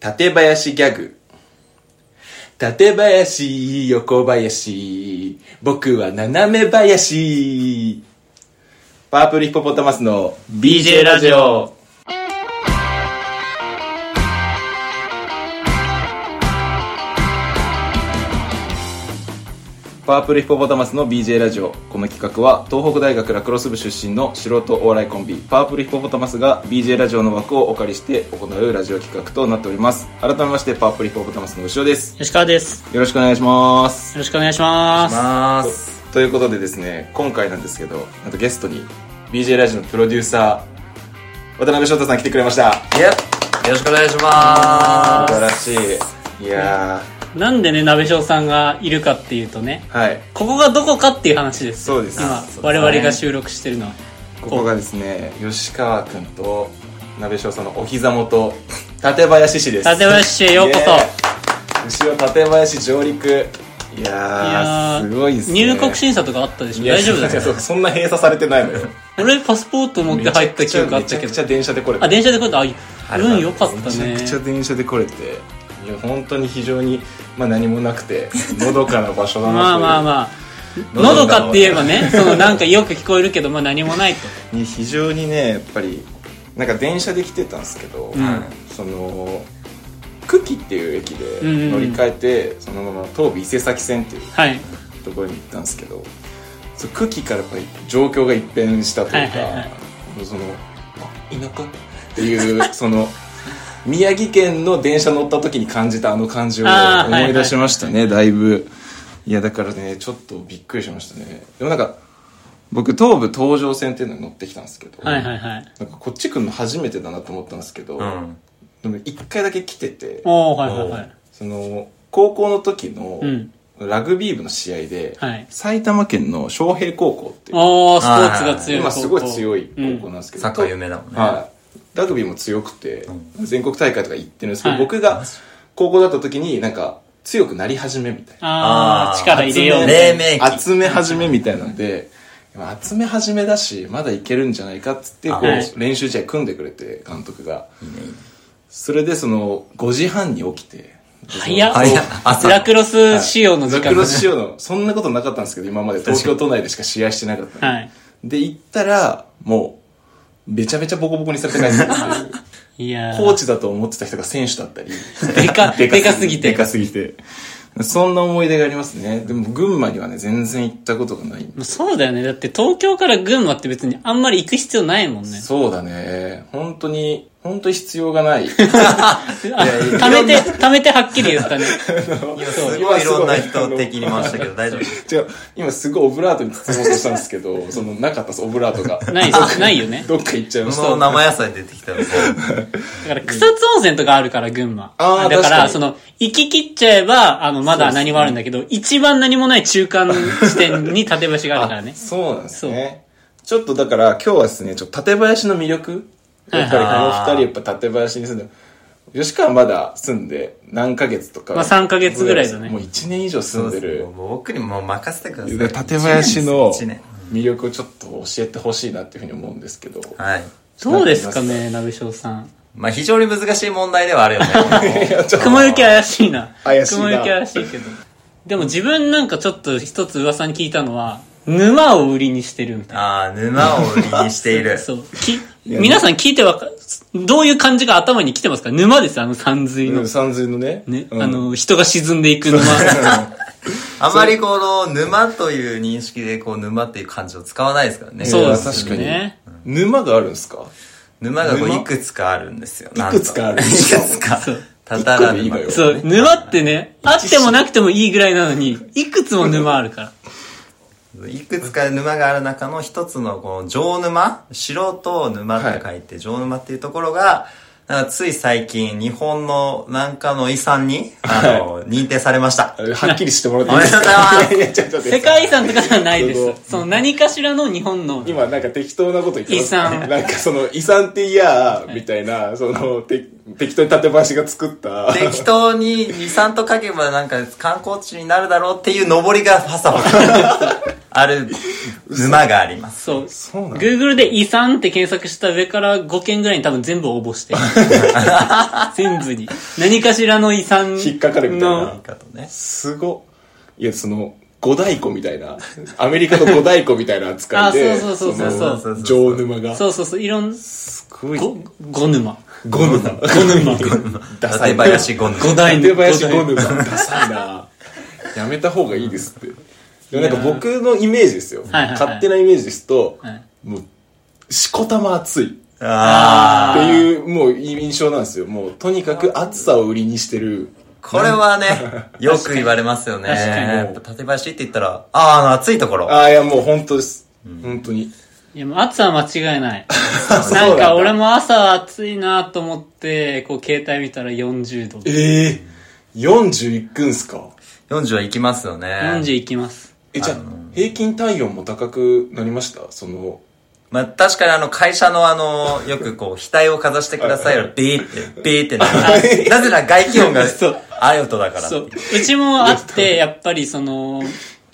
縦林ギャグ。縦林、横林、僕は斜め林。パープルヒポポタマスの BJ ラジオパープルヒポポタマスの BJ ラジオこの企画は東北大学ラクロス部出身の素人お笑いコンビパープルヒポポタマスが BJ ラジオの枠をお借りして行うラジオ企画となっております改めましてパープルヒポポタマスの牛尾です吉川ですよよろしくお願いしますろしくお願いしますます。ということでですね今回なんですけどなんとゲストに BJ ラジオのプロデューサー渡辺翔太さん来てくれましたいや、よろしくお願いしま素晴す。らしいいやなんでね鍋匠さんがいるかっていうとねーはいここがどこかっていう話ですそうです今そうですね我々が収録してるのはここがですね吉川君と鍋翔さんのお膝元館林市です館林市へようこそ後ろ館林上陸いそやーすごいですね入国審査とかあったでしょいや大丈夫だいやよそそんな閉鎖されてないのよ俺パスポート持って入った記憶あったけめちゃくちゃど電車で来れてあ電車で来たあいるんよかっためちゃねくちゃ電車で来れていや本当に非常に、まあ、何もなく てのどかな場所だなというまあまあまあのどかって言えばねそのなんかよく聞こえるけどまあ何もないとに非常にねやっぱりなんか電車で来てたんですけど、うんその久喜っていう駅でうんうん乗り換えて、そのまま東武伊勢崎線っていうはいところに行ったんですけどそう久喜からやっぱり状況が一変したというか、はいはいはいそのあ田舎っていうその 宮城県の電車乗った時に感じたあの感じをあーはいはい思い出しましたね、だいぶいやだからねちょっとびっくりしましたねでもなんか僕東武東上線っていうのに乗ってきたんですけど、はいはいはいなんかこっち来るの初めてだなと思ったんですけど、うん。でも一回だけ来てておーはいはいはいその高校の時のうんラグビー部の試合で、はい埼玉県の昌平高校っていうおースポーツが強い今すごい強いい高校なんですけど、サッカー有名だもんね。はい、ラグビーも強くて、全国大会とか行ってるんですけど、はい僕が高校だった時になんか強くなり始めみたいなあーあー力入れよう集みめたいな黎明期集め始めみたいなんで集め始めだしまだいけるんじゃないかっつってこはいう練習試合組んでくれて監督がいいねいいねそれでその5時半に起きて早っ早っ朝ラクロス仕様の時ザ間クだロねス仕様のそんなことなかったんですけど今まで東京都内でしか試合してなかったんではいで行ったらもうめちゃめちゃボコボコにされて帰ってくるっていういや ーコーチだと思ってた人が選手だったりでかでかすぎてでかすぎてそんな思い出がありますねでも群馬にはね全然行ったことがないんでまあそうだよねだって東京から群馬って別にあんまり行く必要ないもんねそうだね本当に本当に必要がない 貯めて貯めてはっきり言 ったねいや、すごいいろんな人を敵に回したけど大丈夫。違う今すごいオブラートに包もうとしたんですけどそのなかったですオブラートがないですないよねどっか行っちゃいましそのた生野菜出てきたらさ、だから草津温泉とかあるから群馬あーだか確からにその行き切っちゃえばあのまだ何もあるんだけど、一番何もない中間地点に縦橋があるからねそうなんですねちょっとだから今日はですねちょっと館林の魅力やっぱりこの二人やっぱ館林に住んで吉川まだ住んで何ヶ月とかまあ三ヶ月ぐらいだねもう1年以上住んでるもう僕にもう任せてくださでい。館林の一年魅力をちょっと教えてほしいなっていうふうに思うんですけどはい。どうですかね鍋翔さんまあ非常に難しい問題ではあるよね。いや ちょっと雲行き怪しいな。怪しいな雲行き怪しいけど。でも自分なんかちょっと一つ噂に聞いたのは、沼を売りにしてるみたいああ、沼を売りにしているな。。そう。き、や皆さん聞いてわか、どういう感じが頭に来てますか沼です、あの山水うのん。山水のねね、うんあの、人が沈んでいく沼。あまりこの沼という認識でこう沼っていう漢字を使わないですからね。そうですいやね確かに沼があるんですか沼がこう沼いくつかあるんですよ。いくつかあるなんといくつかそう。たたら一個でいいの沼よ。そう、沼ってね、あってもなくてもいいぐらいなのに、いくつも沼あ るから。いくつか沼がある中の一つのこの上沼素人沼って書いて上沼っていうところが、なんかつい最近日本のなんかの遺産に、あの、認定されましたあ。れはっきりしてもらっていいです おかめいやちょっと待って世界遺産とかじゃないですごいす。その何かしらの日本の。今なんか適当なこと言ってます遺産なんかその遺産っていやーみたいな、そのて適当に縦橋が作った。適当に遺産と書けばなんか観光地になるだろうっていう上りがファサファサ ある沼があります。そう。そうなの Google で遺産って検索した上から5件ぐらいに多分全部応募 して。全部に。何かしらの遺産の。引っかかるみたいななんかとね。すごっいやその五大湖みたいなアメリカの五大湖みたいな扱いであそうそうそうそうのそうそうそう上沼がそうそうそう、いろん、すごいご、ご沼。五沼ご沼。 ダサい館林ゴン五代手の。林五ゴヌ代がダサいなやめた方がいいですってでもなんか僕のイメージですよ、はいはいはい勝手なイメージですと、はいもうしこたま熱いっあていうもう印象なんですよもうとにかく暑さを売りにしてるーこれはね、よく言われますよね。確かにやっぱ館林って言ったら、あーあの、暑いところ。ああいやもう本当です、本当にいや、もう暑さは間違 いない。うなんなだんか俺も朝暑いなと思って、こう携帯見たら40度。ええ40いくんすか40は行きますよね。 40いきます。えじゃあ平均体温も高くなりましたそのまあ確かにあの会社のあの、よくこう、額をかざしてくださいよ。ビーって、ビーってなる。なぜなら外気温がそうアウトだから。そう。うちもあ って、やっぱりその、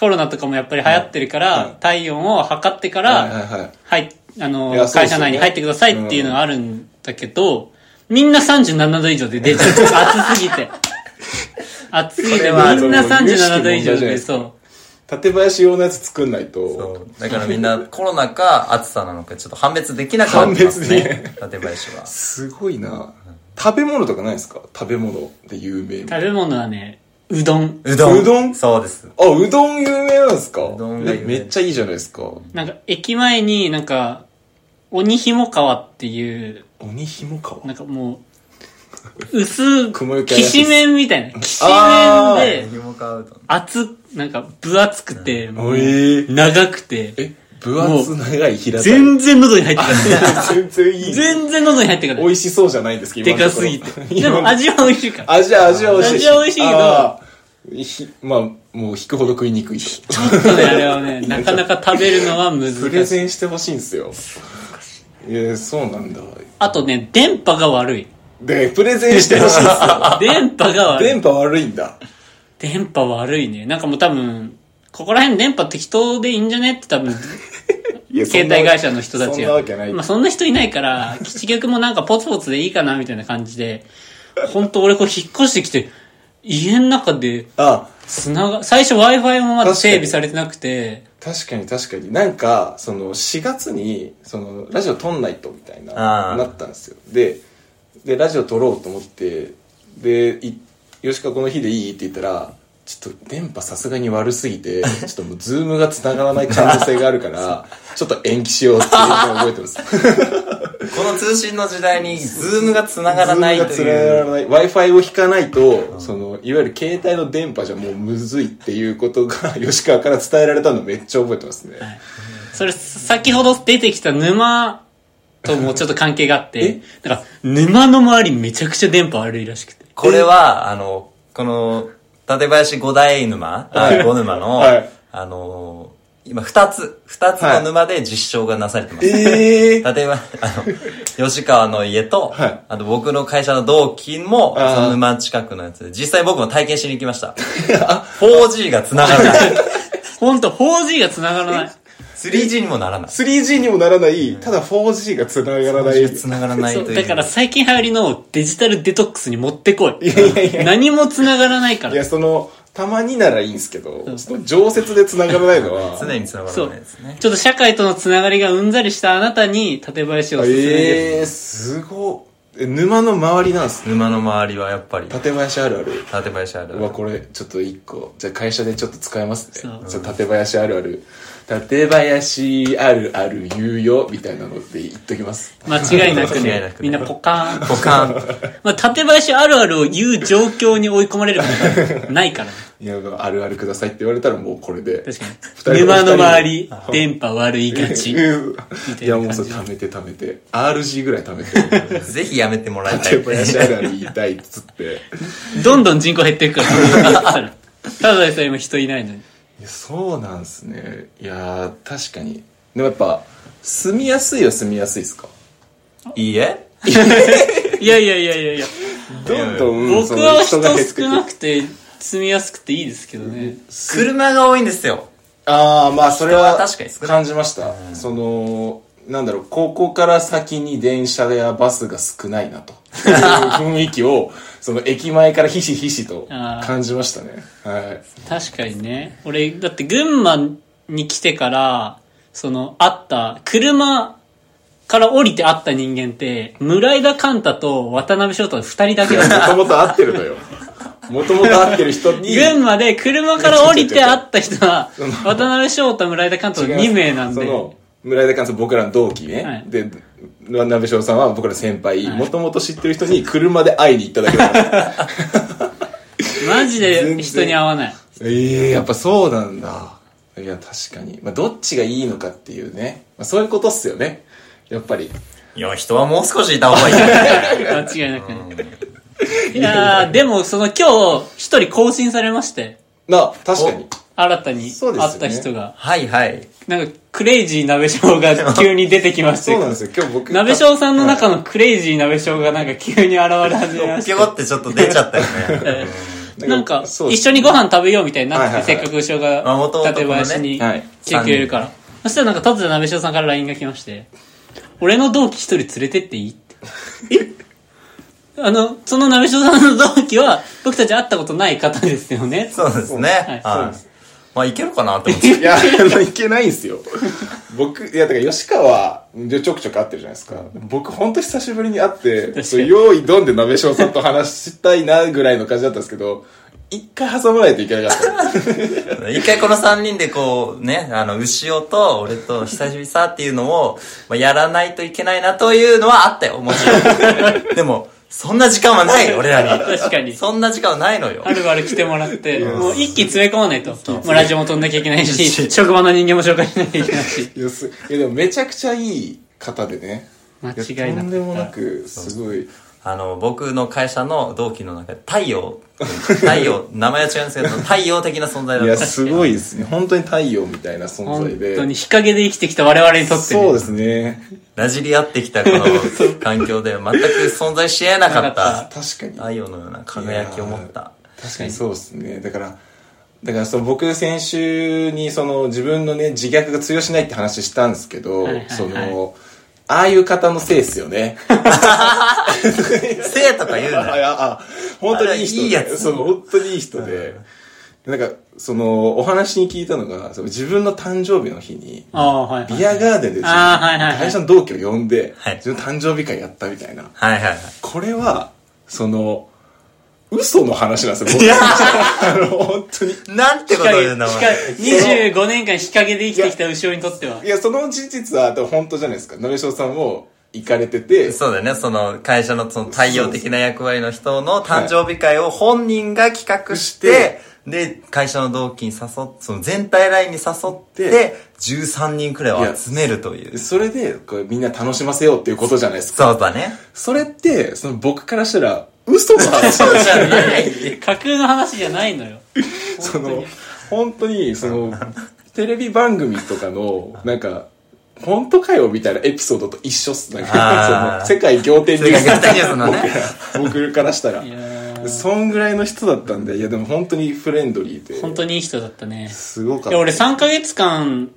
コロナとかもやっぱり流行ってるから、体温を測ってかはいはいら、はいはい、あのいや、そう会ですよね社内に入ってくださいっていうのがあるんだけど、みんな37度以上 で出ちゃう。暑すぎて。暑すぎこて、れみんはな37も度う有識問題以上じゃなで、いそう。館林用のやつ作んないとそうだからみんなコロナか暑さなのかちょっと判別できなくなってます判別でね。館林は。すごいな食べ物とかないですか食べ物で有名食べ物はね、うどん。うどん。うどんそうです。あ、うどん有名なんですかうどんが有名えめっちゃいいじゃないですか。なんか、駅前になんか、鬼ひも川っていう、鬼ひもかなんかもう、薄、雲行きき怪しいっしすめんみたいな。きしあめんで、ひもかうどん。厚、なんか分厚くて、もうえー長くて、え、分厚長い平たい。全然喉に入ってかない。 全然いい。全然喉に入ってかな美い。味しそうじゃないんですけど、で 今のかとこすろぎて。でも、味は美味しいから。味は、味は美味しい。味は美味しいけどあーひまあ、もう引くほど食いにくいし。ちょっとね、あれはね、なかなか食べるのは難プレしい。ゼンしてほしいんですよ。 いや、そうなんだ。あとね、電波が悪 い。で、プレゼンしてほ しいんですよ。電波が悪い電。波悪いんだ。電波悪いね。なんかもう多分、ここら辺電波適当でいいんじゃねって多分、いや携帯会社の人たちが。そんなわけない。まあそんな人いないから、基地局もなんかポツポツでいいかなみたいな感じで、ほんと俺こう引っ越してきて、家の中で、あ、繋が、最初 Wi-Fi もま確かだ整備にされてなくて、確かに確かになんかその4月にそのラジオ撮んないとみたいなあーなったんですよででラジオ撮ろうと思ってでい「よしかこの日でいい?」って言ったら「ちょっと電波さすがに悪すぎ てちょっともうズームが繋がらない可能性があるからちょっと延期しよう」っていうのを覚えてますこの通信の時代に、ズームが繋がらないとズームが繋いがう。らない w i f i を引かないとそのいわゆる携帯の電波じゃもうむずいっていうことが吉川から伝えられたのめっちゃ覚えてます ね、それ先ほど出てきた沼ともちょっと関係があってえ、だから沼の周りめちゃくちゃ電波悪いらしくて。これは、あの、この、館林五大沼、はい五沼のはい、あの、今二つ、二つの沼で実証がなされてます。ええ例えば、あの、吉川の家と、はいあと僕の会社の同期も、あーその沼近くのやつで、実際僕も体験しに行きま した。4G が繋がらない。ほんと 4G が繋がらない。 3G にもならない。 3G にもならない、ただ 4G が繋がらない。 4G が繋がらないそというう。だから最近流行りのデジタルデトックスに持ってこい。何も繋がらないかいや、ら。その、たまにならいいんですけど、その常設で繋がらないのは、 常に繋がそらうないですね。。ちょっと社会とのつながりがうんざりしたあなたに、館林をおすすめです。ええー、すごい。え、沼の周りなんですね。沼の周りはやっぱり、館林あるある。館林あるあうるわ、。これ、ちょっと一個。じゃあ会社でちょっと使えますねそ。うそう、館林あるある。館林あるある言うよ、みたいなのって言っときます。間違いなく間違いねなくねみんなポカーン。ポカン。まあ、館林あるあるを言う状況に追い込まれることがないからね。いや、あるあるくださいって言われたらもうこれで。確人かに。沼の周おり、電波悪いが ち。いや、もうそれ貯めて貯めて。RG ぐらい貯めて。ぜひやめてもらいたい館。林あるある言いたいっつって。どんどん人口減っていくからそういうのやったら。ただでさえ今人いないのに。いやそうなんすねいやー確かにでもやっぱ住みやすいは住みやすいですかいいえいやいやいやいやいや。どんどんうんそ僕のは人が減って少なくて、住みやすくていいですけどね。車が多いんですよ。ああまあそれは人は確かに少ない感じました、そのなんだろうここから先に電車やバスが少ないな という雰囲気をその駅前からひしひしと感じましたねはい 確かにね。俺、だって群馬に来てから、その、会った、車から降りて会った人間って、村井田寛太と渡辺翔太の二人だけ だった。もともと合ってるのよもともと合ってる人に群馬で車から降りて会った人は、渡辺翔太、村井田寛太の2名なんそで。の村井田監督僕らの同期ね、はいで鍋翔さんは僕らの先輩もともと知ってる人に車で会いに行っただけだから マジ全然で人に会わない。ええやっぱそうなんだ。いや、確かに。まあ、どっちがいいのかっていうね。まあ、そういうことっすよね。やっぱり。いや、人はもう少しいた方がいいよ。間違いなくね。いやー、でもその今日、一人更新されまして、な、確かに。新たにそうですよね会った人が。 はいはい。なんか、クレイジー鍋 翔が急に出てきましたそうなんよ。ですよ。今日僕。鍋翔さんの中のクレイジー鍋翔がなんか急に現れ始めましピョコってちょっと出ちゃったよね。た。なんか、そう一緒にご飯食べようみたいになってて、はいはいはいせっかく翔がまあ元々のね館林にはい来てくれるから。そしたらなんか、たつ鍋翔さんから LINE が来まして、俺の同期一人連れてってい いって。えあの、その鍋翔さんの同期は、僕たち会ったことない方ですよね。 そうですね。そうではいす。まあ、いけるかなって思って。いや、あの、いけないんすよ。僕、いや、だから吉川でちょくちょく会ってるじゃないですか。僕、ほんと久しぶりに会って、そう用意ドンで鍋翔さんと話したいなぐらいの感じだったんですけど、一回挟まないといけなかった。一回この三人でこう、ね、あの、牛尾と俺と久しぶりさっていうのを、まあ、やらないといけないなというのはあったよ、もち ろん。でも、そんな時間はない、俺らに。 確かに。そんな時間はないのよは。るばる来てもらって、もう一気詰め込まないと。もうラジオも飛んなきゃいけないし、職場の人間も紹介しなきゃいけないし。いやすいやでもめちゃくちゃいい方でね間違いなくやとんでもなくすごいあの、僕の会社の同期の中で、太陽。太陽、名前は違うんですけど、太陽的な存在いだやった。すごいですね本当に太陽みたいな存本在で当に日陰で生きてきた我々にとってね、そうですねなじり合ってきたこの環境で、全く存在し得なかった。確か太に陽のような輝きを持った。確かにそうですねだからだからその僕先週にその自分のね自虐が通用しないって話したんですけど、はいはいはいそのああいう方のせいっすよね生とか言う なあいやあ本当にいい人であいいやつそう本当にいい人で、なんかそのお話に聞いたのがその自分の誕生日の日にああ、はい、はい。ビアガーデンであーはいはいはい会社の同期を呼んで、はい自分の誕生日会やったみたいな。はいはいはい。これは、その、嘘の話なんですよ、僕 あの、本当に。。なんてこと日言う陰んだ、お日前。陰25年間日陰で生きてきた後ろにとってはいや、その事実は、多分本当じゃないですか。鍋翔さんも行かれてて、そうだよね、その会社のその対応的な役割の人の誕生日会を本人が企画して、で、会社の同期に誘っ、その全体ラインに誘って、13人くらいを集めるという。それで、これみんな楽しませようっていうことじゃないですか。そうだね。それって、その僕からしたら、嘘の話なんですよ架空の話じゃないのよ。その、本当に、その、テレビ番組とかの、なんか、本当かよみたいなエピソードと一緒っす。なんかあーその世界仰天ニュース世界仰天ニュースのね僕ら僕からしたらい。やーそんぐらいの人だったんで、いやでも本当にフレンドリーで。本当にいい人だったね。すごかいった。や、俺3ヶ月間、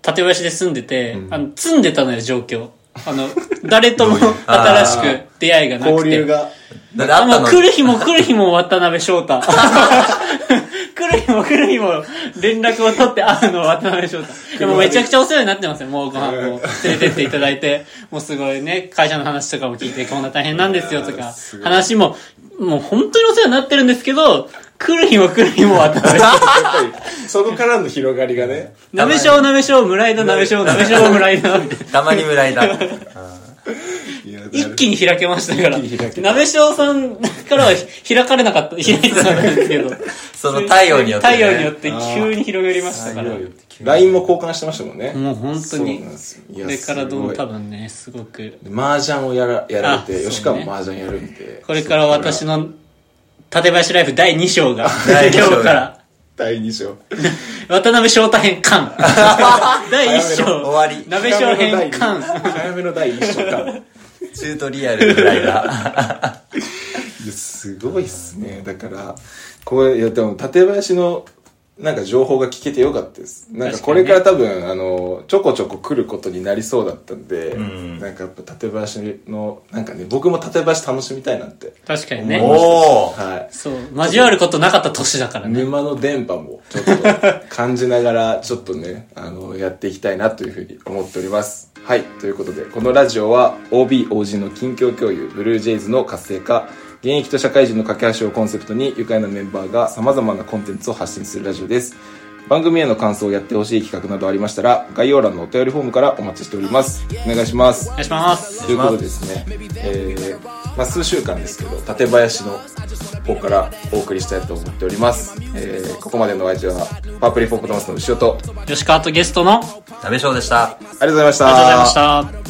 館林で住んでて、あの、住んでたのよ、状況。あの、誰とも新しく出会いがなくて。交流が。だってああったもうの、来る日も来る日も渡辺翔 太。来る日も来る日も連絡を取って会うのは渡辺翔太。でもめちゃくちゃお世話になってますよ。もうご飯も連れてっていただいて。もうすごいね、会社の話とかも聞いてこんな大変なんですよとか、話も、もう本当にお世話になってるんですけど、来る日も来る日も渡辺翔 太。やっぱり、そこからの広がりがね。なめしょうなめしょう、村井戸な めしょう、なめしょう、村井戸。たまに村井だ。いや一気に開けましたから一気に開け。たなべしょうさんからは開かれなかった、開いてなかったんですけど。その太陽によってね太陽によって急に広がりましたから。も LINE も交換してましたもんね。う本当そうになんですよ。いこやれからどすうごもい多分ね、すごく。麻雀をやらやられて、あ吉川そうもね麻雀やるんで。これから私の、館林ライフ第2章が、第二今章が日から、第2章。渡辺翔太編 完。第1章、終わり。なべしょう編完。早めの第1章か。チュートリアル村井だ。いやすごいっすねだからこれいやでも館林のなんか情報が聞けてよかったです。なんかこれから多分、あの、ちょこちょこ来ることになりそうだったんで、んなんかやっぱ館林の、なんかね、僕も館林楽しみたいなって。確かに思いね。ましたおーはい。そう。交わることなかった年だからね。沼の電波もちょっと感じながら、ちょっとね、あの、やっていきたいなというふうに思っております。はい。ということで、このラジオは OB、OG の近況共有、ブルージェイズの活性化、現役と社会人の架け橋をコンセプトに、愉快なメンバーが様々なコンテンツを発信するラジオです。番組への感想をやってほしい企画などありましたら、概要欄のお便りフォームからお待ちしております。お願いしますお。願いします。ということでですね、えーまあ、数週間ですけど館林の方からお送りしたいと思っております、えーここまでのお相手はパープリーポップトマスの牛尾とありがとう吉川とゲストの、あり鍋翔でした。ございましたがとうございました。